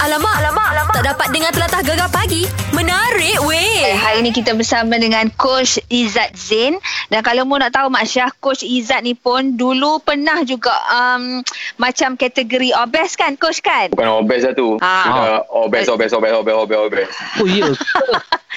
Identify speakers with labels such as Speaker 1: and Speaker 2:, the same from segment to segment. Speaker 1: alamak, alamak, alamak. Tak dapat dengar telatah gegar pagi. Menarik weh.
Speaker 2: Eh, Hari ni kita bersama dengan Coach Izzat Zain dan kalau mu nak tahu Mak Syah, Coach Izzat ni pun dulu pernah juga um, macam kategori obes kan Coach kan?
Speaker 3: Bukan obes lah tu.
Speaker 2: Ah.
Speaker 3: Ah. Obes, obes, obes, obes, obes, obes.
Speaker 4: Oh ya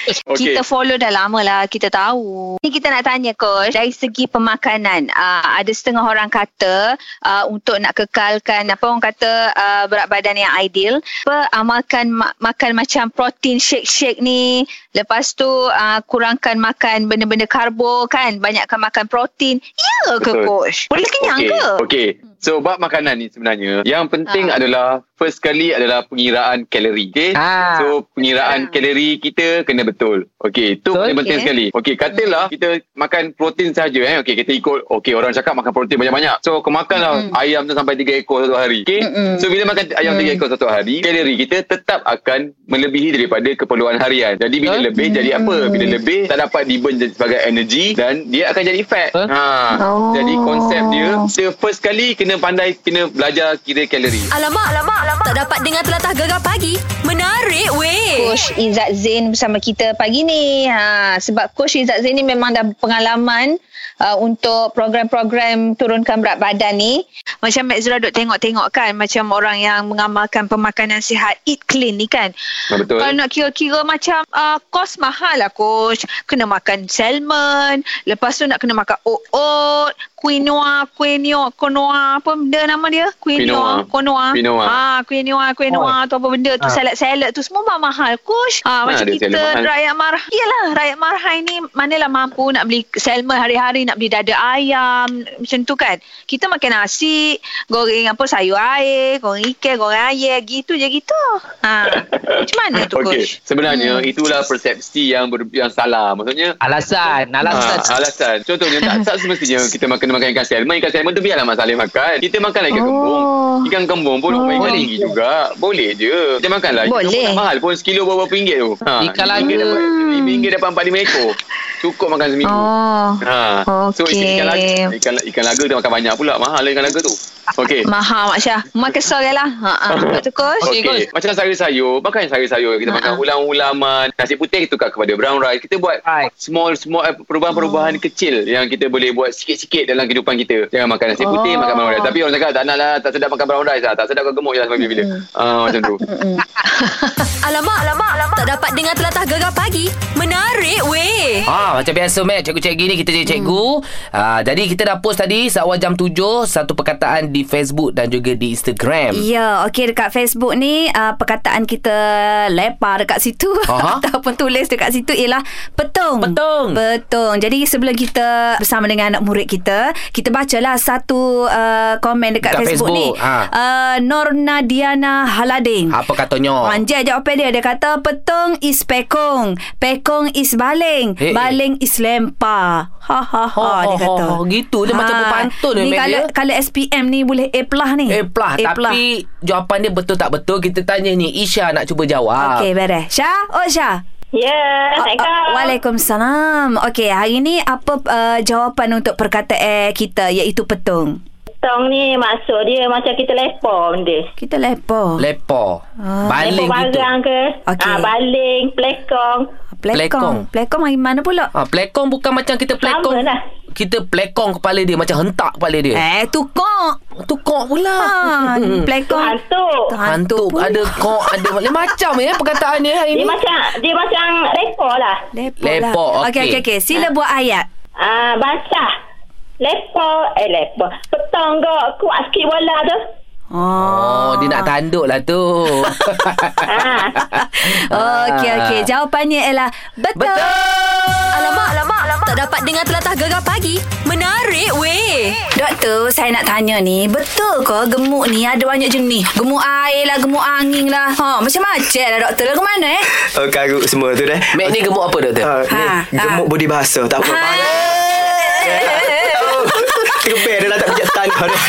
Speaker 2: Okay. Kita follow dah lama lah, kita tahu. Ni kita nak tanya Coach, dari segi pemakanan, uh, ada setengah orang kata uh, untuk nak kekalkan apa orang kata uh, berat badan yang ideal, apa amalkan ma- makan macam protein shake-shake ni, lepas tu uh, kurangkan makan benda-benda karbo kan, banyakkan makan protein. Ya ke
Speaker 3: Betul.
Speaker 2: Coach? Boleh kenyang
Speaker 3: okay.
Speaker 2: ke?
Speaker 3: Okay. So, bab makanan ni sebenarnya, yang penting
Speaker 2: Ah.
Speaker 3: adalah, first kali adalah pengiraan kalori. Okay?
Speaker 4: ah. so,
Speaker 3: So pengiraan
Speaker 2: Ah.
Speaker 3: kalori kita kena betul. Okey, itu
Speaker 4: Betul. Hmm.
Speaker 3: paling penting
Speaker 2: Okey.
Speaker 3: sekali. Okey, katalah kita makan protein saja eh. Okey, kita ikut okey orang cakap makan protein banyak-banyak. So kau makanlah
Speaker 4: Hmm.
Speaker 2: Mm-mm.
Speaker 3: ayam tu sampai 3 ekor satu hari. Okey.
Speaker 2: Mm-mm.
Speaker 3: So bila makan ayam
Speaker 2: Mm.
Speaker 4: Hmm.
Speaker 3: 3 ekor satu hari, kalori kita tetap akan melebihi daripada keperluan harian. Jadi bila
Speaker 4: Betul. Hmm.
Speaker 3: lebih jadi apa? Bila lebih tak dapat diburn jadi- sebagai energy dan dia akan jadi fat.
Speaker 4: Huh?
Speaker 3: Ha.
Speaker 2: Oh.
Speaker 3: Jadi konsep dia,
Speaker 4: Oh.
Speaker 3: dia first kali kena pandai kena belajar kira kalori.
Speaker 1: Alamak, alamak, alamak. Tak dapat dengar telatah gegar pagi. Menarik weh.
Speaker 2: Coach Izzat Zain bersama kita pagi ni. Ha, sebab Coach Izzat Zain ni memang dah pengalaman uh, untuk program-program turunkan berat badan ni. Macam Mek Zura duk tengok-tengok kan. Macam orang yang mengamalkan pemakanan sihat, eat clean ni kan.
Speaker 3: Ha, betul.
Speaker 2: Kalau nak kira-kira macam uh, kos mahal lah coach. Kena makan salmon. Lepas tu nak kena makan oat, quinoa, quinoa, quinoa. Apa benda nama dia? Quinoa. Quinoa.
Speaker 3: Quinoa.
Speaker 2: Ah, quinoa, quinoa tu apa benda tu.
Speaker 4: Ah.
Speaker 2: Salad-salad tu semua mahal coach. Ah,
Speaker 3: Ah,
Speaker 2: macam
Speaker 3: ada
Speaker 2: kita
Speaker 3: salad mahal.
Speaker 2: rakyat marah. Yalah, rakyat marah ni manalah mampu nak beli salmon hari-hari, nak beli dada ayam. Macam tu kan. Kita makan nasi, goreng apa sayur air, goreng ikan, goreng air. Gitu je gitu. Ah. Macam mana tu
Speaker 3: Okey,
Speaker 2: coach? Hmm.
Speaker 3: sebenarnya itulah persepsi yang ber, yang salah. Maksudnya
Speaker 4: Alasan Alasan
Speaker 3: Ha, alasan. Contohnya tak, tak semestinya kita makan kena makan ikan salmon. Ikan salmon tu biarlah Mak Saleh makan. Kita makanlah ikan
Speaker 2: Oh.
Speaker 3: kembung. Ikan kembung pun oh. ikan
Speaker 4: Boleh.
Speaker 3: tinggi juga. Boleh je. Kita makanlah. Ikan
Speaker 2: Boleh.
Speaker 3: kembung tak mahal pun sekilo berapa ringgit tu. Ha,
Speaker 4: Ikan
Speaker 3: RM5
Speaker 4: laga.
Speaker 3: dapat- RM5 dapat 45 ekor. Cukup makan seminggu.
Speaker 2: Oh.
Speaker 3: Ha. So
Speaker 2: Okey.
Speaker 3: ikan laga, ikan, ikan laga kita makan banyak pula. Mahal lah ikan laga tu. Okey.
Speaker 2: Mahal Mak Syah. Mak kesal je lah. Ha, ha. Lepas tu coach.
Speaker 4: Okey,
Speaker 3: Okey,
Speaker 4: Gus.
Speaker 3: macam sayur-sayur, makan sayur-sayur. Kita
Speaker 2: Ha,
Speaker 3: makan
Speaker 2: ha.
Speaker 3: ulam-ulaman, nasi putih tukar kepada brown rice. Kita buat
Speaker 4: Right.
Speaker 3: small small eh, perubahan-perubahan kecil yang kita boleh buat sikit-sikit dalam kehidupan kita. Jangan makan nasi putih,
Speaker 2: Oh.
Speaker 3: makan brown rice. Tapi orang cakap tak nak lah, tak sedap makan brown rice lah. Tak sedap kau gemuk je lah sampai bila-bila. Ah, macam tu.
Speaker 1: Alamak, alamak, alamak. Tak dapat dengar telatah gegar pagi. Menarik weh.
Speaker 5: Ah, macam biasa Mac, cikgu-cikgu ni kita jadi
Speaker 6: Hmm.
Speaker 5: cikgu. Ah, jadi kita dah post tadi seawal jam 7 satu perkataan di Facebook dan juga di Instagram.
Speaker 6: Ya, okey dekat Facebook ni uh, perkataan kita lebar dekat situ
Speaker 5: Aha.
Speaker 6: ataupun tulis dekat situ ialah petung.
Speaker 5: Petung.
Speaker 6: Petung. Jadi sebelum kita bersama dengan anak murid kita, kita bacalah satu uh, komen dekat,
Speaker 5: Dekat
Speaker 6: Facebook, ni.
Speaker 5: Facebook, ha.
Speaker 6: Uh, Norna Diana Haladin.
Speaker 5: Apa katanya?
Speaker 6: Anjay jawapan dia Dia kata Petung is pekong Pekong is baling
Speaker 5: Eh, eh.
Speaker 6: Baling is lempar Ha ha ha Dia
Speaker 5: Ho, ho,
Speaker 6: kata Ha. Ah,
Speaker 5: ho, ho. Oh, Gitu dia macam berpantun
Speaker 6: Ni
Speaker 5: dia, ya? Mat,
Speaker 6: kalau,
Speaker 5: dia.
Speaker 6: kalau SPM ni Boleh A plus ni
Speaker 5: Eh pelah Tapi jawapan dia betul tak betul Kita tanya ni Isha nak cuba jawab
Speaker 6: Okey, beres. Syah, oh Syah.
Speaker 7: Ya, Assalamualaikum.
Speaker 6: Ah, ah, Waalaikumsalam. Okey, hari ni apa uh, jawapan untuk perkataan kita iaitu petung?
Speaker 7: Petong ni maksud dia macam kita lepak benda.
Speaker 6: Kita lepo.
Speaker 5: Lepo
Speaker 6: Ah.
Speaker 5: Baling
Speaker 7: lepak
Speaker 5: gitu
Speaker 7: barang ke.
Speaker 6: Okey.
Speaker 7: Ah, baling, pelekong.
Speaker 5: Plekong.
Speaker 6: Plekong. Plekong hari mana pula?
Speaker 5: ha, Plekong bukan macam kita plekong
Speaker 7: lah.
Speaker 5: Kita plekong kepala dia Macam hentak kepala dia
Speaker 6: Eh, tukok.
Speaker 5: Tukok pula
Speaker 6: Ha, plekong.
Speaker 7: Ah, Hantu.
Speaker 5: Hantu
Speaker 6: pula.
Speaker 5: ada kok ada Lain macam ya perkataan dia hari
Speaker 7: Dia
Speaker 5: ni.
Speaker 7: macam dia macam lepak lah.
Speaker 6: Lepo.
Speaker 5: Lepak,
Speaker 6: lah. Okey, okey,
Speaker 5: okey.
Speaker 6: okey. Sila buat ayat.
Speaker 7: Ah, basah. Lepak, eh lepak. Petong kau kuat sikit bola tu.
Speaker 5: Oh, dia nak tanduk lah tu.
Speaker 7: Ah.
Speaker 6: Okey, okey. Jawapannya ialah betul.
Speaker 5: Betul.
Speaker 1: Alamak, alamak, alamak. Tak dapat dengar telatah gegar pagi. Menarik weh.
Speaker 6: Doktor, saya nak tanya ni, betul ke gemuk ni ada banyak jenis? Gemuk air lah, gemuk angin lah. Ha, macam-macam lah doktor lah. Ke mana eh?
Speaker 8: Oh, karut semua tu dah.
Speaker 5: Mac ni gemuk apa doktor?
Speaker 8: Ha, ni
Speaker 6: Ha,
Speaker 8: gemuk body bahasa tak apa.
Speaker 6: Ha.
Speaker 8: Tergebel dah lah tak pijak tak ada dah.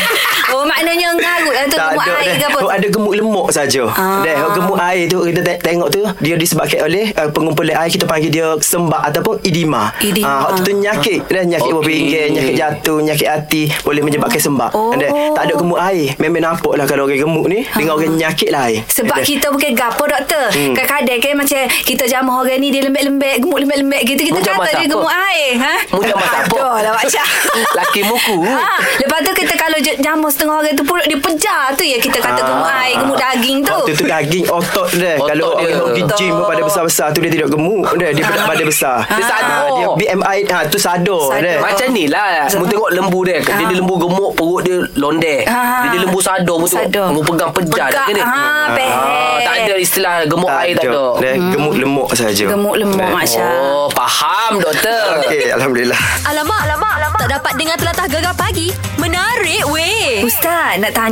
Speaker 6: Oh maknanya ngarut lah tu
Speaker 8: tak
Speaker 6: gemuk
Speaker 8: ada
Speaker 6: air
Speaker 8: dah.
Speaker 6: ke apa
Speaker 8: Oh,
Speaker 6: tu.
Speaker 8: ada gemuk lemuk saja.
Speaker 6: Ah.
Speaker 8: Dah oh, gemuk air tu kita te- tengok tu dia disebabkan oleh uh, pengumpulan air kita panggil dia sembak ataupun edema.
Speaker 6: Edema.
Speaker 8: Ah, hak tu nyakit dah nyakit okay.
Speaker 5: Okey.
Speaker 8: berpinggir, nyakit jatuh, nyakit hati boleh menyebabkan sembak.
Speaker 6: Oh. Ah.
Speaker 8: Dah tak ada gemuk air. Memang nampak lah kalau orang gemuk ni dengan orang nyakit lah air.
Speaker 6: Sebab
Speaker 8: Dah.
Speaker 6: kita bukan gapo doktor. Hmm. Kadang-kadang kan macam kita jamah orang ni dia lembek-lembek, gemuk lembek-lembek gitu kita
Speaker 5: Mu jamah
Speaker 6: kata dia
Speaker 5: siapa?
Speaker 6: gemuk air, ha?
Speaker 5: Mu jamah siapa?
Speaker 6: Aduh lah Pak Syah.
Speaker 5: Laki muku.
Speaker 6: Ha, lepas tu kita kalau j- jamah setengah orang tu perut dia pejar tu ya kita kata
Speaker 8: Ah.
Speaker 6: gemuk air, gemuk daging tu.
Speaker 8: Waktu tu daging otot dia
Speaker 5: Otot
Speaker 8: Kalau
Speaker 5: dia.
Speaker 8: orang pergi
Speaker 6: Otot.
Speaker 8: gym pun pada besar-besar tu dia tidak gemuk dia Dia berat badan besar
Speaker 5: Dia sadar.
Speaker 8: Ah, Dia BMI ha, tu sadar
Speaker 6: Sadar.
Speaker 8: dia
Speaker 5: Macam ni lah Mu tengok lembu dia Dia ada lembu gemuk Perut dia londe
Speaker 6: Ah.
Speaker 5: Dia ada lembu sadar Mu
Speaker 6: Sadar.
Speaker 5: tengok Mu pegang pejar
Speaker 6: Pegak,
Speaker 5: dia ni.
Speaker 6: ah, peh.
Speaker 5: Ah, Tak ada istilah Gemuk air tak ada
Speaker 8: Dia gemuk lemuk saja
Speaker 6: Hmm. Gemuk lemuk Pak Syah.
Speaker 5: Oh faham doktor
Speaker 8: Okey Alhamdulillah
Speaker 1: Alamak, alamak, alamak. Tak dapat dengar telatah gegar pagi. Menarik weh.
Speaker 6: Ustaz nak tanya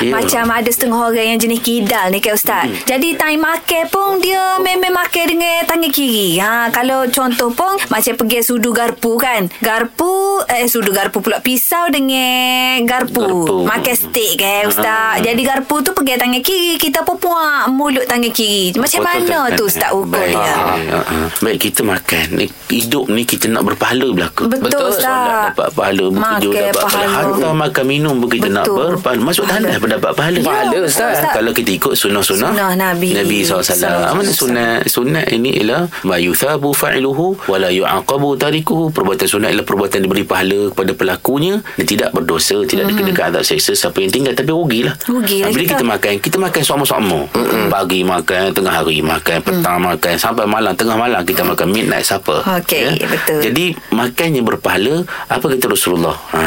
Speaker 5: Ya.
Speaker 6: Macam ada setengah orang yang jenis kidal ni kan Ustaz hmm. Jadi time makan pun dia memang makan dengan tangan kiri ha, Kalau contoh pun macam pergi sudu garpu kan Garpu, eh sudu garpu pula Pisau dengan garpu, garpu.
Speaker 5: Garpu.
Speaker 6: Makan steak kan Ustaz Jadi garpu tu pergi tangan kiri Kita pun puak mulut tangan kiri Macam mana tu Ustaz Ya. ukur dia
Speaker 4: Baik. kan, Ah, ah. Baik kita makan. Ni- Hidup ni kita nak berpahala belaka.
Speaker 6: Betul,
Speaker 5: Betul,
Speaker 6: Ustaz
Speaker 4: Solat dapat pahala Bekerja
Speaker 6: Makan
Speaker 4: dapat pahala
Speaker 6: pahala.
Speaker 4: Harta makan minum Bekerja
Speaker 6: Betul.
Speaker 4: nak berpahala Masuk
Speaker 6: Pahala. Ya,
Speaker 4: tanah pun dapat pahala
Speaker 5: Pahala, Ustaz.
Speaker 4: Ah, Kalau kita ikut sunnah-sunnah
Speaker 6: Sunnah Nabi.
Speaker 4: Nabi SAW
Speaker 6: Sunnah-
Speaker 4: Apa ni sunnah Sunnah ini ialah Ma yuthabu fa'iluhu Wa la yu'aqabu tarikuhu Perbuatan sunnah ialah perbuatan diberi pahala Kepada pelakunya Dan tidak berdosa Tidak dikenakan azab seksa Siapa yang tinggal Tapi rugilah
Speaker 6: Rugilah
Speaker 4: Ah, Bila
Speaker 6: kita.
Speaker 4: kita makan Kita makan sama-sama Pagi makan Tengah hari makan Petang makan Sampai malam Tengah malam kita makan Midnight supper
Speaker 6: Okey, betul.
Speaker 4: Ya. Jadi makan yang berpahala apa kata Rasulullah? Ha.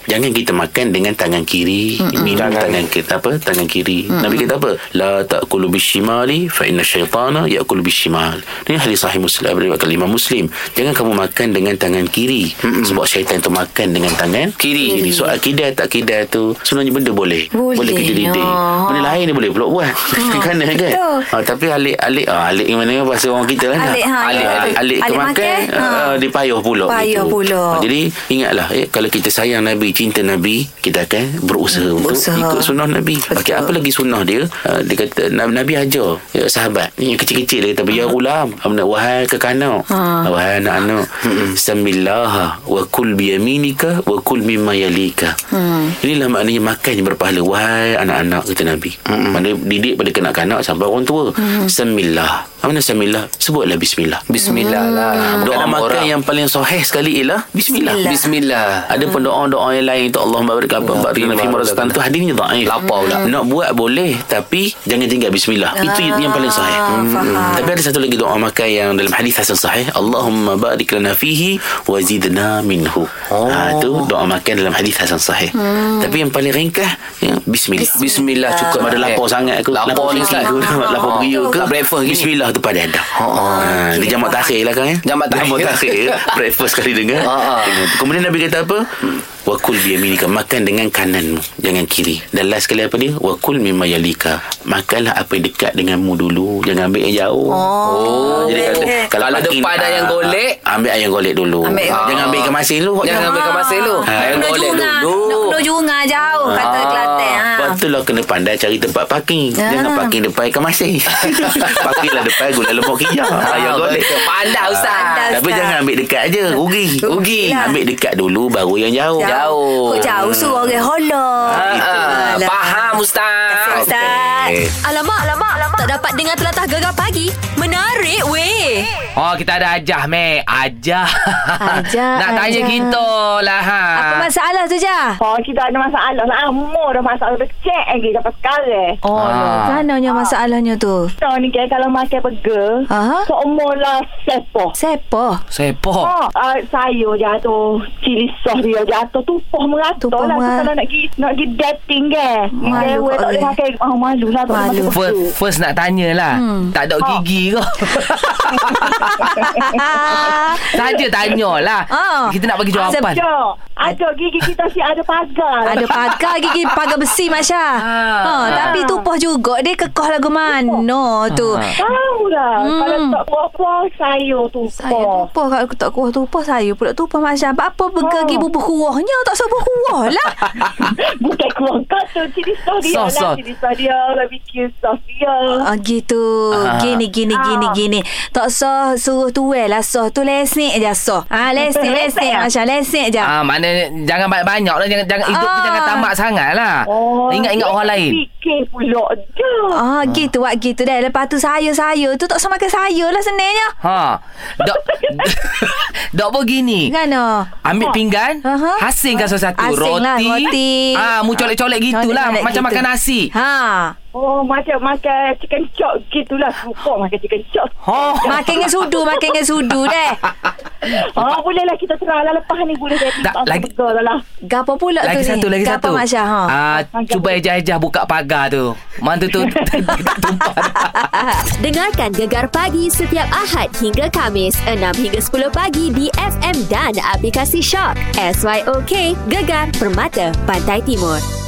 Speaker 4: Jangan kita makan dengan tangan kiri, Mm-mm. minum tangan kita apa? Tangan kiri. Mm-mm. Nabi kata apa? La ta'kulu bishimali fa inna syaitana ya'kulu bishimal. Ini hadis sahih Muslim eh, riwayat Imam Muslim. Jangan kamu makan dengan tangan kiri Mm-mm. sebab syaitan tu makan dengan tangan kiri. Jadi soal akidah tak akidah tu sebenarnya benda boleh.
Speaker 6: Boleh.
Speaker 4: boleh kita didik.
Speaker 6: Ah.
Speaker 4: Benda lain dia boleh pula buat. Kan kan?
Speaker 6: betul.
Speaker 4: Ha, tapi alik-alik ah alik yang mana bahasa orang kita lah. nak.
Speaker 6: Alik, ha, ya.
Speaker 4: alik, alik, alik,
Speaker 6: Alik
Speaker 4: kemakan
Speaker 6: makan, ha.
Speaker 4: ah, dia payah pula
Speaker 6: Payah
Speaker 4: gitu.
Speaker 6: pula.
Speaker 4: Ah, Jadi ingatlah eh, kalau kita sayang Nabi, cinta Nabi, kita akan berusaha untuk
Speaker 6: Berusaha.
Speaker 4: ikut sunnah Nabi.
Speaker 6: Betul.
Speaker 4: Okey, apa lagi sunnah dia? Ah, dia kata Nabi, Nabi ajar ya, sahabat ni yang kecil-kecil dia kata ya gulam, amna wahai kekanak, wahai anak-anak, samillaha wa kul bi yaminika wa kul mimma yalika. Inilah maknanya makan yang berpahala wahai anak-anak kata Nabi. Maknanya didik pada kanak-kanak sampai orang tua. Semillah. Apa makna semillah? Sebutlah bismillah.
Speaker 5: Bismillah lah
Speaker 4: Doa
Speaker 5: Dalam orang.
Speaker 4: makan yang paling sahih sekali ialah bismillah.
Speaker 5: Bismillah Ya,
Speaker 4: Ada pun doa-doa yang lain tu Allah barik apa barik nabi marastan tu hadisnya dhaif. Lapar pula. Nak buat boleh tapi jangan tinggal bismillah. Itu yang paling sahih. Hmm.
Speaker 6: faham.
Speaker 4: Tapi ada satu lagi doa makan yang dalam hadis hasan sahih, Allahumma barik lana fihi wa zidna minhu.
Speaker 5: Oh.
Speaker 4: Ha tu doa makan dalam hadis hasan sahih. Tapi yang paling ringkas ya, bismillah.
Speaker 5: Bismillah cukup
Speaker 4: Pada lapar sangat aku
Speaker 5: Lapar ni, Ustaz.
Speaker 4: sikit ke, Lapar beria ke
Speaker 5: Tak breakfast gini.
Speaker 4: Bismillah tu pada ada ha, Dia jamak takhir lah kan ya
Speaker 5: Jamak takhir.
Speaker 4: Jamak takhir Breakfast sekali dengar
Speaker 5: Ha, Hmm. ha.
Speaker 4: Dengan tu. Kemudian Nabi kata apa Wakul biyaminika Makan dengan kananmu Jangan kiri Dan last sekali apa dia Wakul mimma yalika Makanlah apa yang dekat denganmu dulu Jangan ambil yang jauh
Speaker 5: Oh
Speaker 4: Jadi kalau,
Speaker 5: Kalau ada
Speaker 4: makin,
Speaker 5: depan
Speaker 4: ah,
Speaker 5: ayam golek
Speaker 4: Ambil ayam golek dulu
Speaker 6: Ambil.
Speaker 4: Ah, Jangan ambil kemasin dulu
Speaker 5: Jangan ambil kemasin lu
Speaker 4: Ha.
Speaker 5: Ayam
Speaker 6: Nak
Speaker 5: golek
Speaker 6: jungah lah. Nak
Speaker 5: dulu
Speaker 6: kena jungah jauh Kata
Speaker 5: Ah,
Speaker 6: Kelantan ha.
Speaker 4: Lepas tu lah kena pandai cari tempat parking.
Speaker 6: Ah.
Speaker 4: Jangan parking depan ikan masin. parking lah depan gula lemak kijang.
Speaker 5: Ah,
Speaker 4: Ayam golek.
Speaker 5: betul. Pandai Ustaz
Speaker 6: Pandai.
Speaker 4: Tapi
Speaker 6: Ustaz.
Speaker 4: jangan ambil dekat je Rugi
Speaker 5: Rugi.
Speaker 4: Rugi Ambil dekat dulu Baru yang jauh
Speaker 5: Jauh.
Speaker 6: Kau jauh suruh orang holok.
Speaker 5: Ah, ah,
Speaker 6: Alah.
Speaker 5: Faham Ustaz
Speaker 6: Kasih, Ustaz.
Speaker 5: Okey.
Speaker 1: Alamak, alamak, alamak. Tak dapat dengar telatah gegar pagi. Menarik weh.
Speaker 5: Oh kita ada Ajah Mek Ajah
Speaker 6: Ajah,
Speaker 5: Nak tanya
Speaker 6: Ajah.
Speaker 5: kita lah ha.
Speaker 6: Apa masalah tu Jah?
Speaker 7: Oh, kita ada masalah. Lama dah masalah becek lagi sampai sekarang.
Speaker 6: Oh, ah.
Speaker 5: Ah.
Speaker 6: kananya masalahnya tu.
Speaker 7: Kita ni kan kalau makan burger,
Speaker 6: Aha.
Speaker 7: seumur lah sepoh.
Speaker 6: Sepo.
Speaker 5: Sepo
Speaker 7: Oh, uh, sayur jatuh, cili sos dia jatuh, tumpah merata
Speaker 6: Tumpah
Speaker 7: lah.
Speaker 6: merata.
Speaker 7: Merata. Kalau nak pergi, nak pergi dating kan.
Speaker 6: Malu
Speaker 7: Dewa
Speaker 6: kat
Speaker 7: tak boleh
Speaker 6: orang.
Speaker 7: makan. Oh, malu lah. tak boleh
Speaker 6: Malu.
Speaker 7: makan
Speaker 5: First,
Speaker 7: burger.
Speaker 5: first Just nak tanyalah. Hmm. Tak ada gigi
Speaker 6: Oh.
Speaker 5: ke? Saja tanyalah.
Speaker 6: Ah.
Speaker 5: Kita nak bagi jawapan.
Speaker 7: Ada. Ada gigi kita si ada pagar.
Speaker 6: Ada pagar gigi pagar besi Masya.
Speaker 5: Ah.
Speaker 6: Ha, tapi tupoh juga dia kekoh lagu mana tu.
Speaker 5: Ah.
Speaker 7: Tahu lah. Hmm. Kalau tak apa-apa, sayur tu.
Speaker 6: Saya tupoh kalau aku tak kuah tupoh saya pula tupoh Masya. Apa pergi
Speaker 7: Oh.
Speaker 6: bubuh kuahnya tak sebab kuah lah.
Speaker 7: Bukan keluar kata. Ciri sos dia
Speaker 5: Sos, sos.
Speaker 7: lah. Ciri sos dia. Lah bikin sos dia.
Speaker 6: Ah, gitu.
Speaker 5: Ah.
Speaker 6: Gini gini gini
Speaker 7: Ah.
Speaker 6: gini. Tak sah suruh tuai lah sah tu lesik je sah. Ah lesik lesik Masya lesik je.
Speaker 5: Ah, maknanya jangan banyak-banyak lah. Jangan, jangan, hidup tu
Speaker 6: Ah.
Speaker 5: jangan tamak sangat lah.
Speaker 6: Oh.
Speaker 5: Ingat-ingat
Speaker 7: Oh, dia
Speaker 5: orang lain.
Speaker 7: Fikir pula je.
Speaker 6: Ah, gitu buat gitu dah. Lepas tu saya-saya tu tak sama ke saya lah sebenarnya.
Speaker 5: Ha. Dok, dok pun gini.
Speaker 6: Kan ah.
Speaker 5: Ambil pinggan
Speaker 6: Aha.
Speaker 5: Asingkan sesuatu
Speaker 6: Asing
Speaker 5: Roti
Speaker 6: Uh-huh. lah, roti.
Speaker 5: Ah, Mu colek-colek gitulah
Speaker 6: Colek-colek
Speaker 5: Macam
Speaker 6: gitu.
Speaker 5: makan nasi
Speaker 6: Ha.
Speaker 7: Oh, macam makan chicken chop gitulah. Suka makan chicken chop.
Speaker 5: Oh.
Speaker 6: Makin dengan sudu, makin dengan sudu deh.
Speaker 7: Oh, bolehlah kita terang lah. Lepas ni boleh jadi.
Speaker 5: Tak,
Speaker 7: Tak,
Speaker 5: lagi-
Speaker 7: lagi. Lah.
Speaker 6: Gapo pula
Speaker 5: Lagi
Speaker 6: tu
Speaker 5: satu
Speaker 6: ni?
Speaker 5: Lagi
Speaker 6: Gapo
Speaker 5: satu
Speaker 6: Masya ha.
Speaker 5: Ah, Cuba ejah-ejah Buka pagar tu Mantu tu Tumpah
Speaker 9: Dengarkan Gegar Pagi setiap Ahad hingga Kamis 6 hingga 10 pagi di FM dan aplikasi Shock. SYOK Gegar Permata Pantai Timur.